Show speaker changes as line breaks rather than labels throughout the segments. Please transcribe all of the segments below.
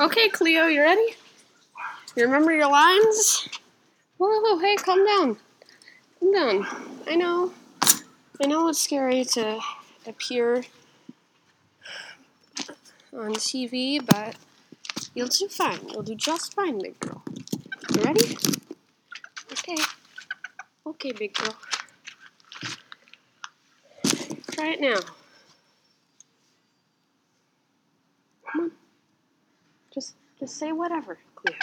Okay, Cleo, you ready? You remember your lines? Whoa, hey, calm down. Calm down. I know. I know it's scary to appear on TV, but you'll do fine. You'll do just fine, big girl. You ready? Okay. Okay, big girl. Try it now. Come on. Just just say whatever, Cleo.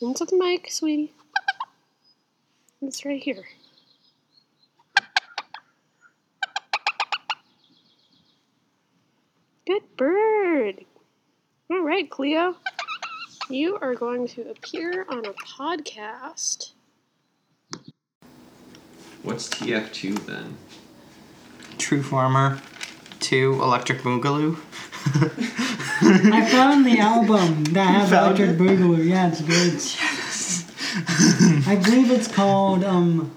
Into the mic, sweetie. It's right here. Good bird. All right, Cleo. You are going to appear on a podcast.
What's TF2 then?
True Farmer, two Electric Boogaloo.
I found the album that has
found
Electric
it?
Boogaloo. Yeah, it's good. I believe it's called um,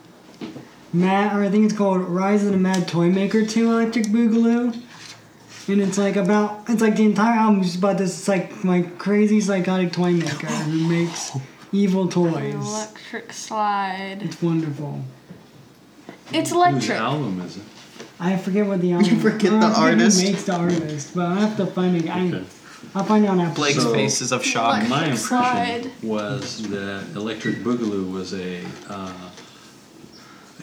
Mad, or I think it's called Rise of the Mad Toy Maker Two Electric Boogaloo. And it's like about, it's like the entire album is about this like like crazy psychotic toy maker who makes evil toys.
Electric slide.
It's wonderful.
It's
Whose
electric.
album is it?
I forget what the album.
forget
I
the
forget who
artist?
makes the artist, but I have to find it. I,
Okay.
I'll find it on Apple.
Blake's
So-
face is of shock.
My
Electric
impression
slide.
was that Electric Boogaloo was a uh,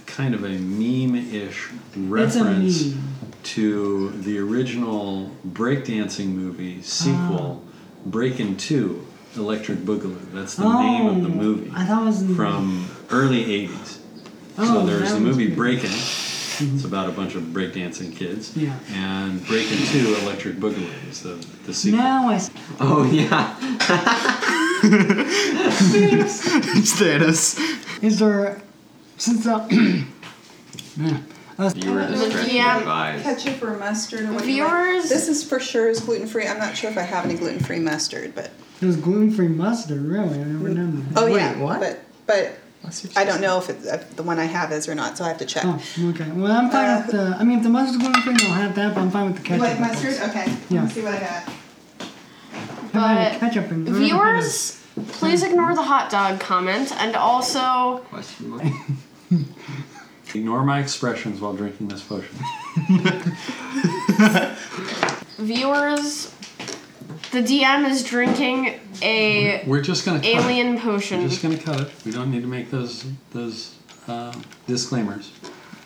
kind of a meme-ish reference
meme.
to the original breakdancing movie sequel,
Ah.
Breakin' Two, Electric Boogaloo. That's the name of the
Oh,
movie
I thought it was
from early '80s.
Oh,
so there's
that
the
was
movie
good.
Breakin'. It's about a bunch of breakdancing kids.
Yeah.
And Breakin' Two, Electric Boogaloo is the the sequel.
Now I. s-
Oh, yeah.
it's Thanos.
Is there since the Yeah. Uh,
You were just stretching
Yeah.
your eyes.
Ketchup or mustard or what you like.
Viewers,
This is for sure is gluten free. I'm not sure if I have any gluten free mustard, but
it was gluten free mustard, really. I never knew
Mm.
that.
oh
Wait,
yeah,
what?
But but I don't know if, it, if the one I have is or not, so I have to check.
Oh, okay. Well, I'm fine with the. I mean, if the mustard's gluten free, I'll have that. But I'm fine with the
You
ketchup.
like mustard? Okay. let
Yeah.
me see what I got.
I've had
But
ketchup and
viewers, please ignore the hot dog comment and also
Question mark.
Ignore my expressions while drinking this potion.
viewers. The DM is drinking a
We're just gonna cut it.
alien
We're
potion.
just gonna cut it. We don't need to make those those uh, disclaimers.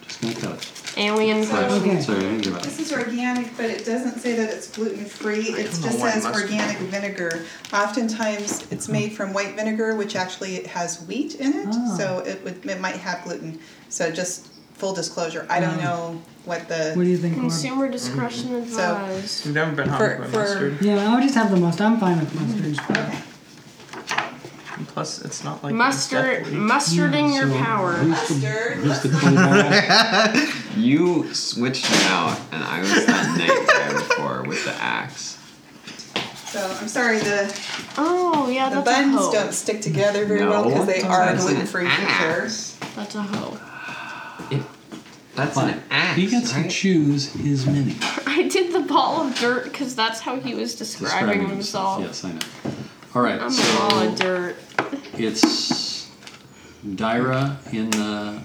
Just gonna cut it.
Alien potion.
Okay.
So think about
This
it.
is organic, but it doesn't say that it's gluten free.
know
It just
why
says
mustard.
organic vinegar. Oftentimes, it's made from white vinegar, which actually it has wheat in it,
Ah.
so it would it might have gluten. So just full disclosure, I don't know what the
What do you think? Barb?
Consumer discretion advised.
You've never been
For-
hungry with
for-
mustard.
Yeah, I'll just have the mustard. I'm fine with mustard.
Mm-hmm. okay.
And plus, it's not like
Mustard, mustarding your
So
power.
Who's the,
Mustard.
who's the cool guy?
You switched me out, and I was that night guy before with the axe.
So I'm sorry the
Oh yeah,
the
that's a
buns
hoe.
don't stick together very
No,
well because they are
that's an
gluten free preserves.
axe.
That's a hoe.
That's an axe.
He gets to
right?
choose his mini.
I did the ball of dirt because that's how he was describing,
Describing
himself.
Yes, I know. All right,
I'm a ball
so
of dirt.
it's Dyra in the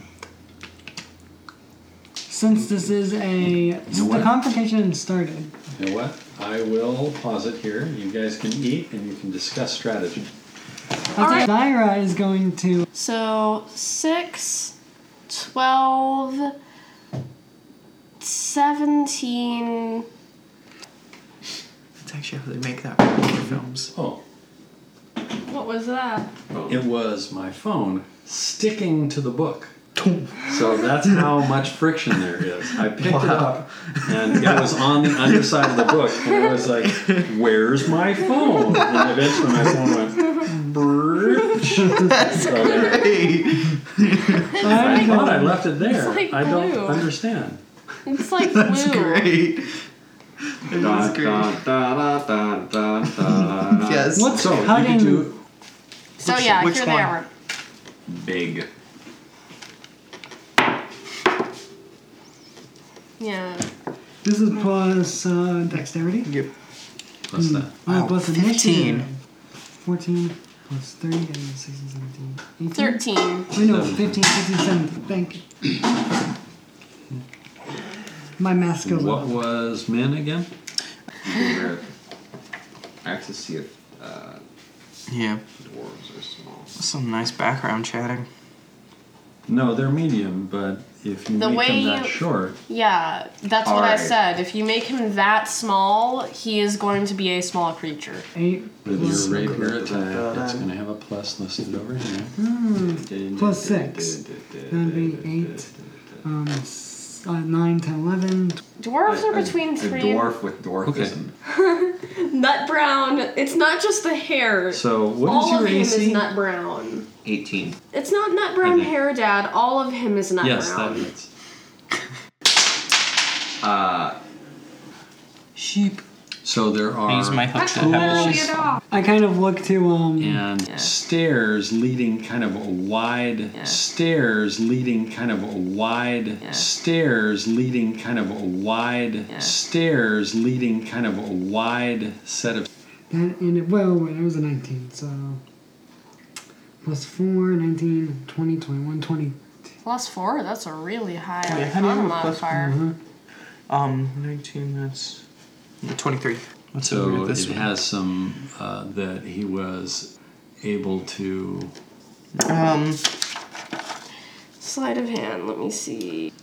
Since this is a since
what?
the confrontation started,
You know what? I will pause it here. You guys can eat and you can discuss strategy.
I think Lyra is going to
So six, twelve, seventeen.
That's actually how they make that for films.
Oh,
What was that?
it was my phone sticking to the book. So that's how much friction there is. I picked it up and it was on the underside of the book and I was like, where's my phone? And eventually my phone went, "Brrrch." So there. I thought I left it there.
It's like
I don't
glue.
understand.
It's like glue.
Great.
Da, da, da, da, da, da, da, da.
Yes.
what's
So you
cutting
could do
So yeah,
which
here
one?
they are.
big.
Yeah.
This is plus uh, dexterity.
Yep.
What's that?
Oh, plus
15.
initiative. 14 plus 30 and 16, 17, 18.
13.
Wait, no, 15, 16, 17. Thank you. My math skills
What
are
was min again?
They're- I have to see if uh,
Yeah.
dwarves are small.
Some nice background chatting.
No, they're medium, but if you
The
make
way
them that
you-
short,
Yeah, that's what I
Alright.
said. If you make him that small, he is going to be a small creature.
8
with
plus,
your rapier
Look at
attack,
that.
it's going to have a plus listed over here.
plus 6. That'd be 8, um, s- uh, 9, 10, 11.
Dwarves are
A- a-
between three.
A dwarf with dwarfism.
Nut brown. It's not just the hair.
So what is
all
your
of him
AC?
is nut brown.
18.
It's not nut brown
Okay.
hair, Dad. All of him is nut
yes, that
brown.
hits.
Uh,
Sheep.
So there are
I use my hook to have the
tools
sheep.
I kind of look to, um,
and stairs leading kind of a wide stairs leading kind of a wide stairs leading kind of a wide stairs leading kind of a wide set of
that and it, well, wait, that was a 19, so. Plus 4, 19, 20, 21, 20.
Plus four. That's a really high
Yeah, how do you
arcana
have a plus-
modifier.
Um, 19, that's. 23. What's
so
over this
it
one?
has some uh, that he was able to
Um,
Sleight of hand. Let me see.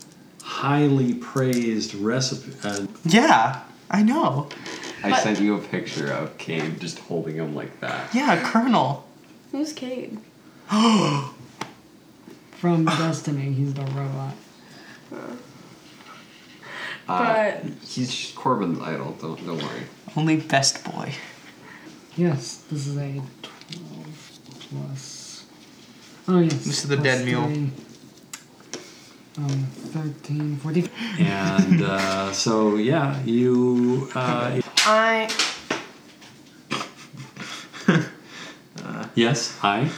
highly praised recipe uh,
yeah, I know.
I
But-
sent you a picture of Cade just holding him like that.
Yeah, Colonel.
Who's Cade?
From Destiny, he's the robot.
Uh,
but
he's just Corbin's idol. Don't don't worry.
Only best boy.
Yes, this is a 12 plus. Oh, yes.
This is the
plus
dead mule.
three. Um, 13, 14.
and uh, so yeah you uh,
I.
Yes, I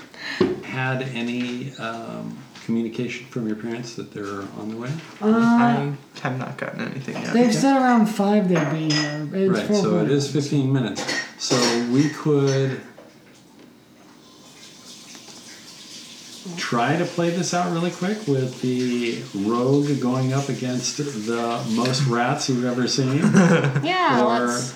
had any um, communication from your parents that they're on their way.
I have not gotten anything yet.
They've said around 5 they'd be here. It's
right, so it is 15 minutes. So we could try to play this out really quick with the rogue going up against the most rats you've ever seen,
Yeah.
Or-
let's,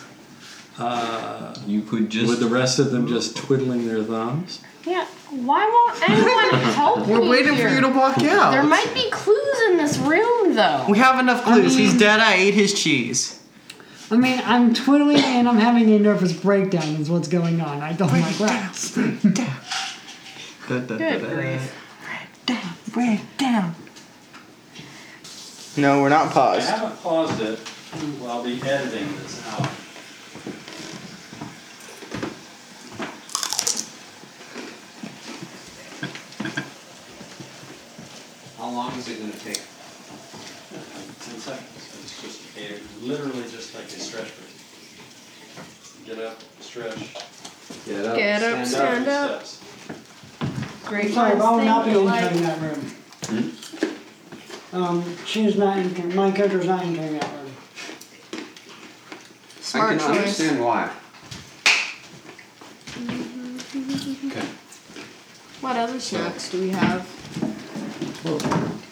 You could just.
with the rest of them just twiddling their thumbs.
yeah. Why won't anyone help me
We're waiting
here?
for you to walk out.
There might be clues in this room, though.
we have enough clues. He's dead. I ate his cheese.
I mean, I'm twiddling and I'm having a nervous breakdown, is what's going on. I don't like rats.
Da, da,
Good
da, da.
grief.
Down, break down. No, we're not paused.
haven't paused it. I'll be editing this out.
How long is it gonna take?
Ten seconds. It's just a, literally just like a stretch break. Get up, stretch. Get up.
Get up, stand up. Great
Sorry, but I will not be
minds
entering
think alike.
that room.
Hmm?
Um, she's not entering, my character's not entering that room.
I
Smart
can
choice.
understand why.
Okay.
What other snacks do we have?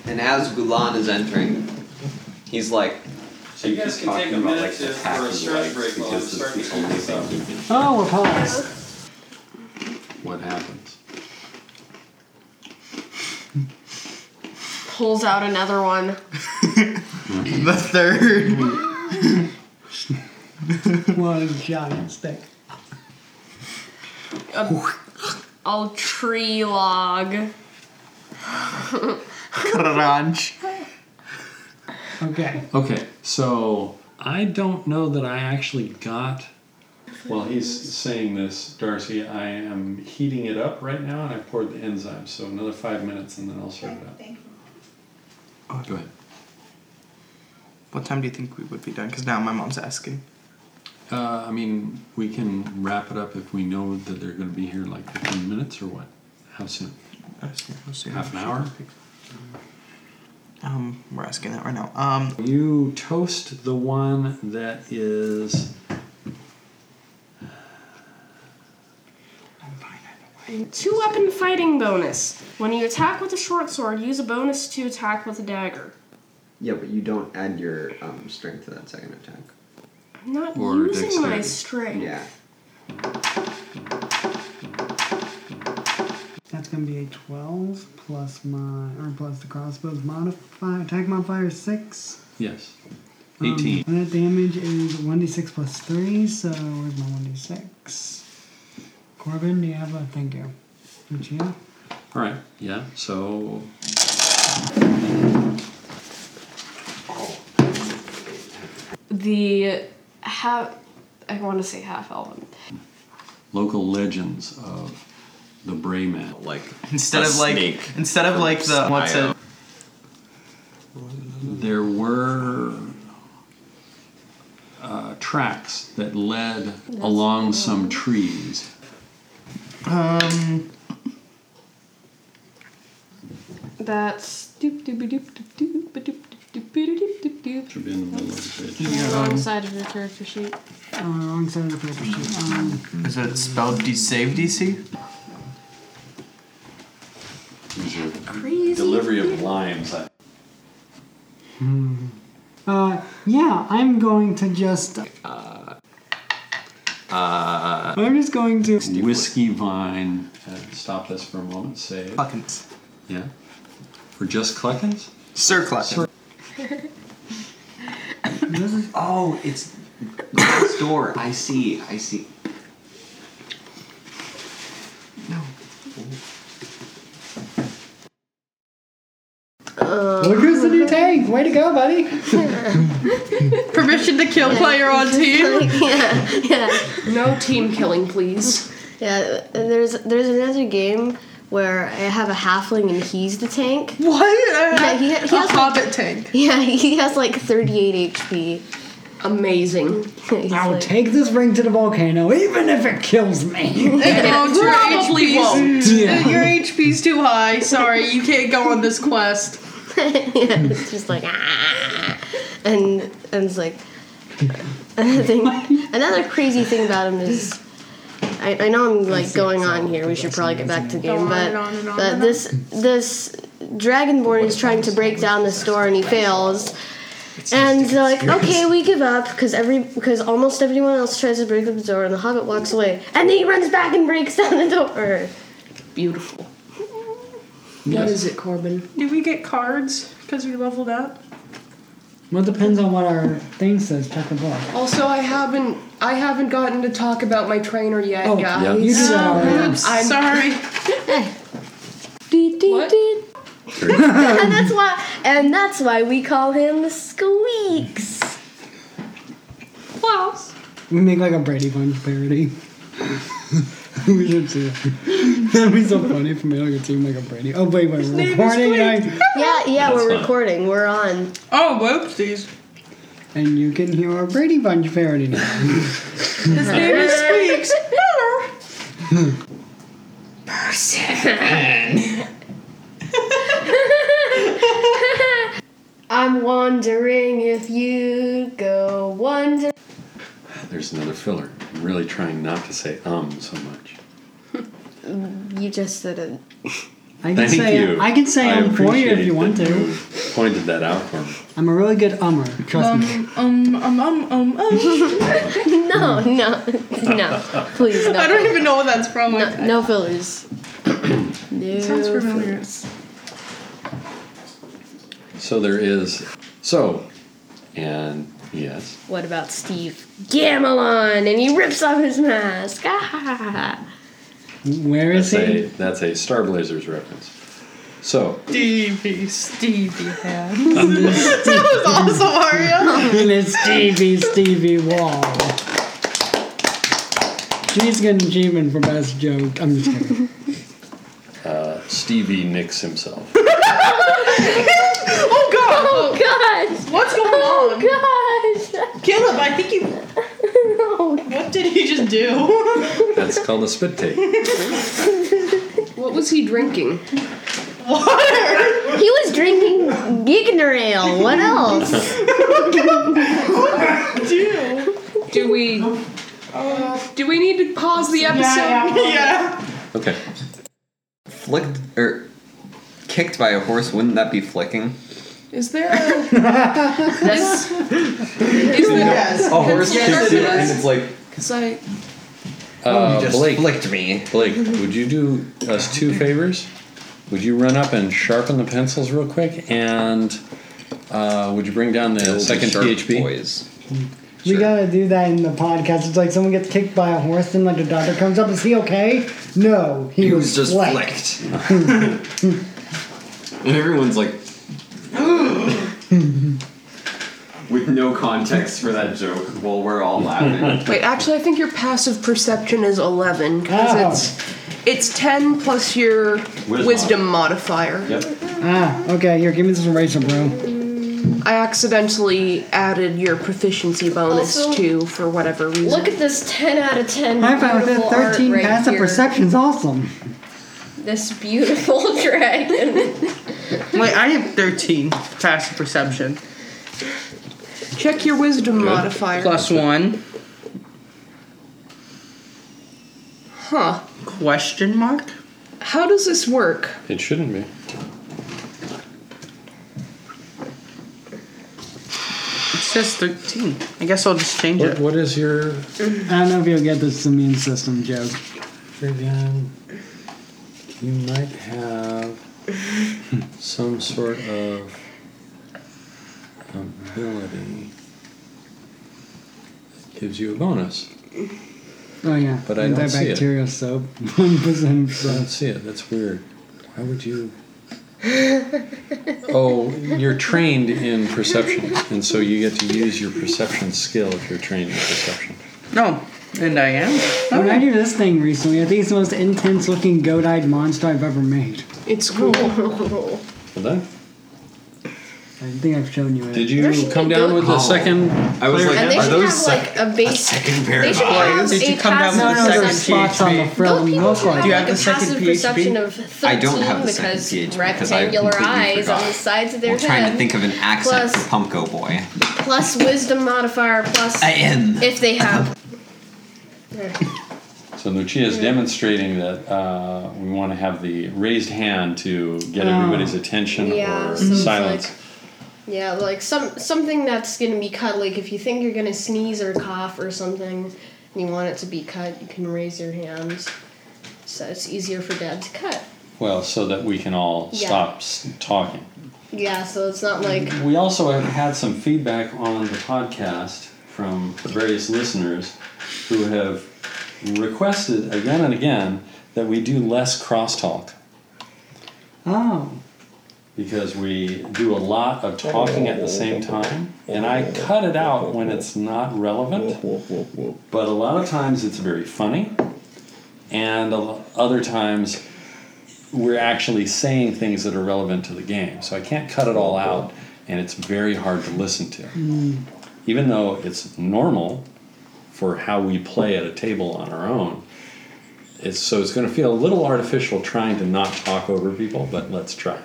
And as Gulan is entering, he's like.
So you guys can take a minute to, for a stretch break while I'm starting to open this up.
Oh, we're paused.
What happens?
Pulls out another one.
The third.
What a giant stick.
A, a tree log.
Crunch.
Okay.
Okay, so I don't know that I actually got. While he's saying this, Darcy, I am heating it up right now and I poured the enzyme. So another five minutes and then I'll sort it out.
Thank you.
Go ahead.
What time do you think we would be done? Because now my mom's asking.
Uh, I mean, we can wrap it up if we know that they're going to be here in like 15 minutes or what? How soon?
I see. Let's see.
Half an hour?
Um, we're asking that right now. Um,
You toast the one that is
Two weapon fighting bonus. When you attack with a short sword, use a bonus to attack with a dagger.
Yeah, but you don't add your um, strength to that second attack.
I'm not
Or
using my
dexterity.
strength.
Yeah.
That's gonna be a twelve plus my or plus the crossbow's modifier attack modifier is six.
yes,
Um,
eighteen.
and that damage is one d six plus three. So where's my one d six? Corbin, do you have a thank you? Lucia?
All right, yeah. So
The half. I want to say half elven.
local legends of the Bray Man, like
instead
A
of like,
snake.
instead of like the what's
Io.
it?
there were uh, tracks that led along some trees.
Um,
That's. doop doop doop doop doop doop doop doop doop doop doop.
Should be in the middle of the page.
Wrong side of your character sheet.
Uh, wrong side of the paper sheet. Um,
is it spelled D save DC?
These are
Crazy.
delivery of limes. I-
uh, yeah, I'm going to just. Uh, uh, I'm just going to.
Whiskey vine. Uh, stop this for a moment. Say
Cluckens.
yeah. For just Cluckens.
Sir Cluckens.
This is
Oh, it's glass door. I see. I see.
Look who's the new tank! Way to go, buddy!
Permission to kill player on team.
yeah, yeah.
No team killing, please.
Yeah, there's there's another game where I have a halfling and he's the tank.
What?
Yeah, he, he has like,
Hobbit tank.
yeah, he has like 38 HP.
Amazing.
He's
I'll
like-
take this ring to the volcano, even if it kills me.
Oh,
Probably won't.
yeah.
HP's too high. Sorry, you can't go on this quest.
yeah, it's just like ah, and and it's like another thing. Another crazy thing about him is. I, I know I'm like going on here. We should probably get back to the game, but but this this dragonborn is trying to break down the store and he fails. And they're like, okay, we give up because every because almost everyone else tries to break the door, and the hobbit walks away, and then he runs back and breaks down the door.
Beautiful.
Yes.
it, Corbin?
Do we get cards because we leveled up?
Well, it depends on what our thing says. Check the book.
Also, I haven't I haven't gotten to talk about my trainer yet,
Oh,
guys. Um,
you do that already.
I'm sorry.
Dee, dee,
What?
dee. and that's why and that's why we call him Squeaks.
Klaus.
We make like a Brady Bunch parody. we should do that. That'd be so funny if we made like a team like a Brady. Oh, wait, wait, we're
name is
recording.
Squeak.
right?
Yeah, yeah,
That's
we're
fine.
recording. We're on.
Oh, whoopsies.
And you can hear our Brady Bunch parody now.
His name is Squeaks. Hello.
I'm wondering if you go wonder.
There's another filler. I'm really trying not to say um so much.
You just said it.
I can
Thank
say
you.
I can say I am for you if
appreciate
you want
that
to.
you Pointed that out for me.
I'm a really good ummer. Trust me.
Um, um, um, um, um.
No,
Hmm.
no, no. Please, no.
I don't even know what that's from.
no, no fillers. No.
Sounds familiar.
So there is so, and yes,
What about Steve Gamelon? And he rips off his mask. Ah.
Where is
that's a
he?
that's a Star Blazers reference. So
Stevie, Stevie hands. that was awesome, Mario.
And it's Stevie Stevie Wall. She's got an achievement for best joke. I'm just kidding.
Stevie nicks himself.
Oh God,
Oh gosh!
what's going
Oh
on?
gosh!
Caleb, I think you.
No.
What did he just do?
That's called a spit take.
What What was he drinking?
He was drinking Gigner Ale. What else?
Do we do we need to pause the episode?
Okay. Flicked or kicked by a horse, wouldn't that be flicking?
Is there a
That's,
is there
Yes.
A horse kicks you and it's like
because I
Uh, Blake,
flicked me.
Blake, Mm-hmm. would you do us two favors? Would you run up and sharpen the pencils real quick? And uh, would you bring down the second
Sharp
PHB?
Boys.
We gotta do that in the podcast. It's like someone gets kicked by a horse and like the doctor comes up. Is he okay? No, he,
He
was,
was just
flecked.
flicked.
And everyone's like with no context for that joke while we're all laughing.
wait. Actually, I think your passive perception is eleven because
Oh.
it's it's ten plus your wisdom, modifier.
Ah, okay. Here, give me this eraser, bro.
I accidentally added your proficiency bonus
Also-
too for whatever reason.
look at this 10 out of 10.
I found that
beautiful art
thirteen
right
passive
here.
perception's awesome.
This beautiful dragon.
Wait, I have 13 passive perception.
Check your wisdom modifier.
Plus one.
Huh?
Question mark?
How does this work?
It shouldn't be.
It says 13. I guess I'll just change
What,
it.
what is your
I don't know if you'll get this immune system joke.
Trivian? You might have some sort of ability that gives you a bonus.
Oh yeah,
But I don't see it.
antibacterial soap, one percent
I don't
soap.
see it. That's weird. Why would you? oh, you're trained in perception, and so you get to use your perception skill if you're trained in perception.
No. And I am?
When I do this thing recently, I think it's the most intense looking goat-eyed monster I've ever made.
It's cool.
Well done.
I think I've shown you it.
Did
There
you
should
come
be
down
good-
with the second?
I was like,
And they
are
should
those
have
sec-
like a base.
second pair
They
of
should have
Did you
a
come down
passive
with
no, no,
Second
there's spots on the
PHP.
frill.
Those
and
people
Look
should have
like
you
like
have
a
the second
passive
PhD?
perception of 13
I don't have the second
because
PhD because I
rectangular
completely
eyes
forgot.
on the sides of their
We're
head.
trying to think of an accent for
Plus-
Pumpko Boy.
plus wisdom modifier plus
I am. Uh-huh.
if they have.
So Lucia is demonstrating that uh, we want to have the raised hand to get
Oh.
everybody's attention
Yeah,
or
so it's
silence.
like- Yeah, like some something that's gonna be cut. Like if you think you're gonna sneeze or cough or something, and you want it to be cut, you can raise your hands. So it's easier for Dad to cut.
well, so that we can all
Yeah.
stop s- talking.
Yeah, so it's not like
We also have had some feedback on the podcast from various listeners who have requested again and again that we do less crosstalk
Oh,
because we do a lot of talking at the same time and I cut it out when it's not relevant. But a lot of times it's very funny and a lo- other times we're actually saying things that are relevant to the game. So I can't cut it all out and it's very hard to listen to. Even though it's normal for how we play at a table on our own. It's, so it's going to feel a little artificial trying to not talk over people, but let's try.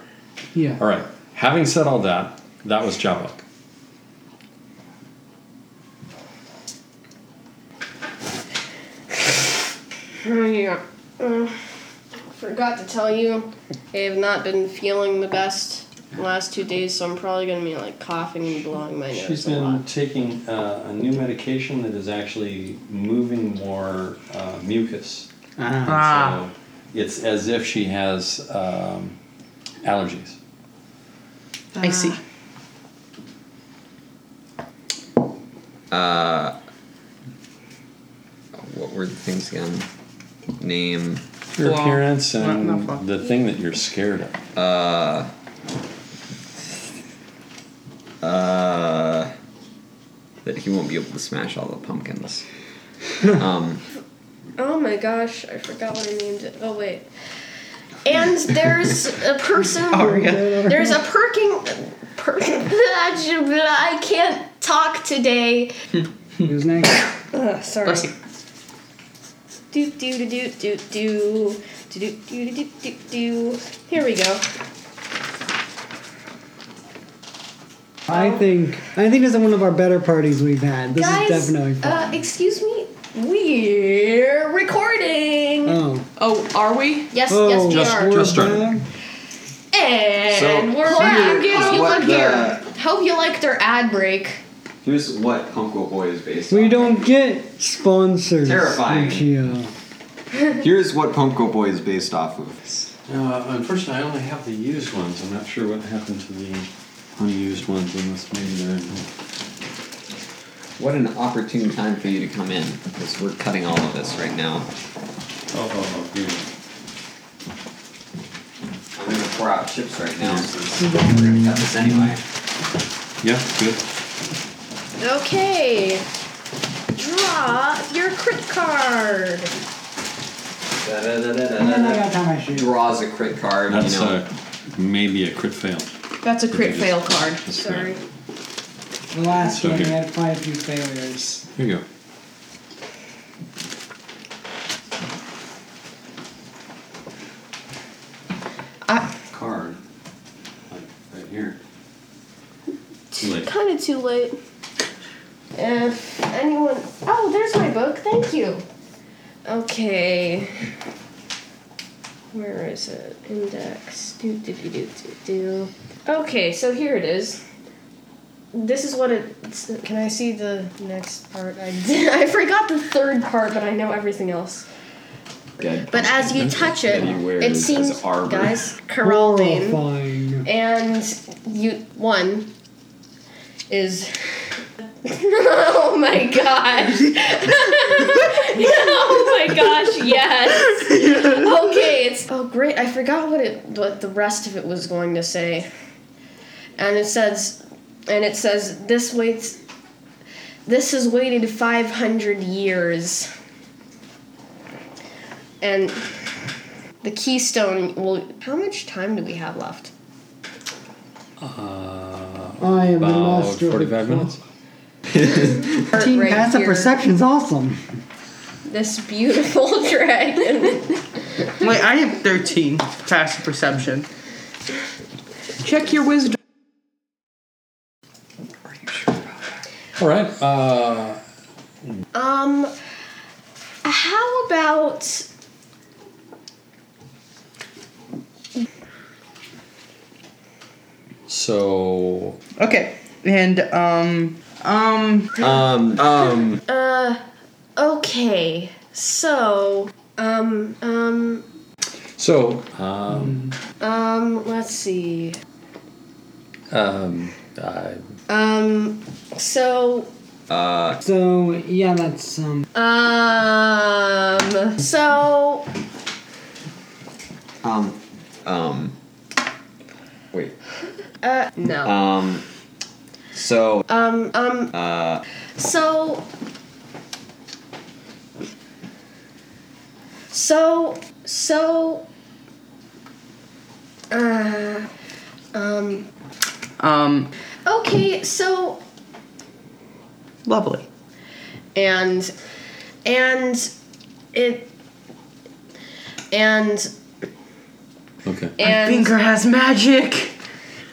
yeah.
All right. Having said all that, that was Jabok.
yeah. Uh, forgot to tell you, I have not been feeling the best the last two days, so I'm probably gonna be like coughing and blowing my nose
She's
a
been
lot.
taking uh, a new medication that is actually moving more uh, mucus.
Ah.
Ah.
So it's as if she has um, allergies.
I see.
What were the things again? Name.
Your
Flaw.
appearance and
Not- not flaw.
the thing that you're scared of.
Uh, that he won't be able to smash all the pumpkins. um,
Oh my gosh, I forgot what I named it. Oh wait. And there's a person. There's a perking. Per, I can't talk today.
Who's next?
Ugh, sorry.
Bless you.
Do do do do do do do, do, do, do, do, do. Here we go.
I think I think this is one of our better parties we've had. This
Guys,
is definitely fun.
uh, excuse me. We're recording.
oh,
Oh, are we?
yes,
oh,
yes, we
Just-
are.
just started.
back.
And
So,
we're
here
back.
is
Hope you
what
look here.
the-
Hope you liked our ad break.
Here's what Punko Boy is based
We
on.
don't get sponsors.
Terrifying.
Lucio.
Here's what Punko Boy is based off of.
Uh, unfortunately, I only have the used ones. I'm not sure what happened to the unused ones unless maybe they're in.
What an opportune time for you to come in, because we're cutting all of this right now.
Oh, oh, oh, here.
I'm gonna pour out chips right now, since we're gonna cut this anyway.
Yeah, good.
Okay. Draw your crit card.
And I
Da-da-da-da-da-da.
got time I shoot.
Draws a crit card,
That's
you know.
uh, maybe a crit fail.
That's a crit fail card.
That's
Sorry.
correct.
The last
So
one, we
here.
had quite a few failures.
Here you go.
I-
card. Like right here. Too late.
Kind of too late. If anyone. Oh, there's my book. Thank you. Okay. Where is it? Index. Do, do, do, do, do, do. Okay, so here it is. This is what it. it's- Can I see the next part? I, did, I forgot the third part, but I know everything else.
Dead.
But as you touch it,
that he wears
it
as
seems.
armor.
Guys, Corallane
Horrifying.
and you one is oh my gosh oh my gosh yes okay it's oh great i forgot what it what the rest of it was going to say and it says and it says this waits this has waited 500 years and the keystone will how much time do we have left
Uh,
I am the
about
master. of
45 minutes.
Team
Right
passive
here.
perception's awesome.
this beautiful dragon.
Wait, I have 13 passive perception.
Check your wisdom.
All right. Uh,
Um, how about
so
Okay, and um, um,
Um, um,
uh? Okay, so um um
so um
um. Let's see.
um uh,
Um. So
So yeah, that's um.
um. So
um, um. Wait.
uh. No.
Um. So,
Um. Um.
uh,
So. So. So. Uh. Um.
um,
Okay, so
lovely.
and and it and
okay.
and
Finger has magic.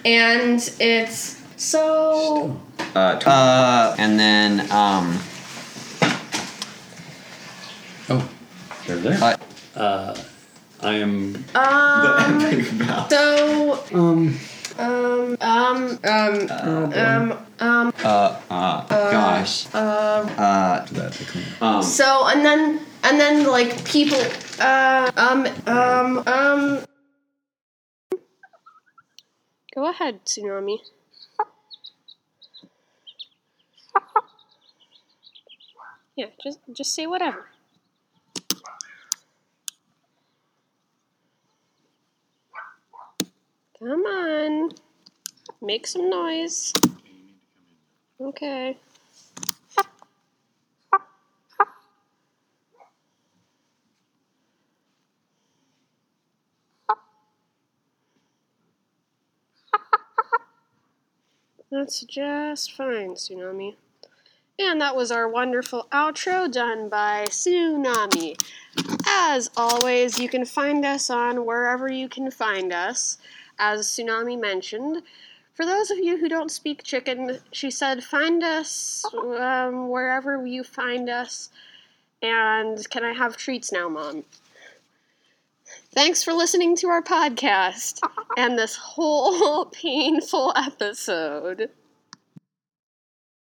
and it's so
uh, tw- uh, and then, um,
Oh, they're there.
Hi.
Uh, I am
um
uh,
so
Um,
um um um um um
uh, gosh,
um
uh,
that. they come-
um,
so and then and then like people uh um um um Go ahead, Tsunami. Yeah, just just say whatever. Come on. Make some noise. Okay. That's just fine, Tsunami.
And that was our wonderful outro done by Tsunami. As always, you can find us on wherever you can find us, as Tsunami mentioned. For those of you who don't speak chicken, she said, find us um, wherever you find us. And can I have treats now, Mom? Thanks for listening to our podcast and this whole painful episode.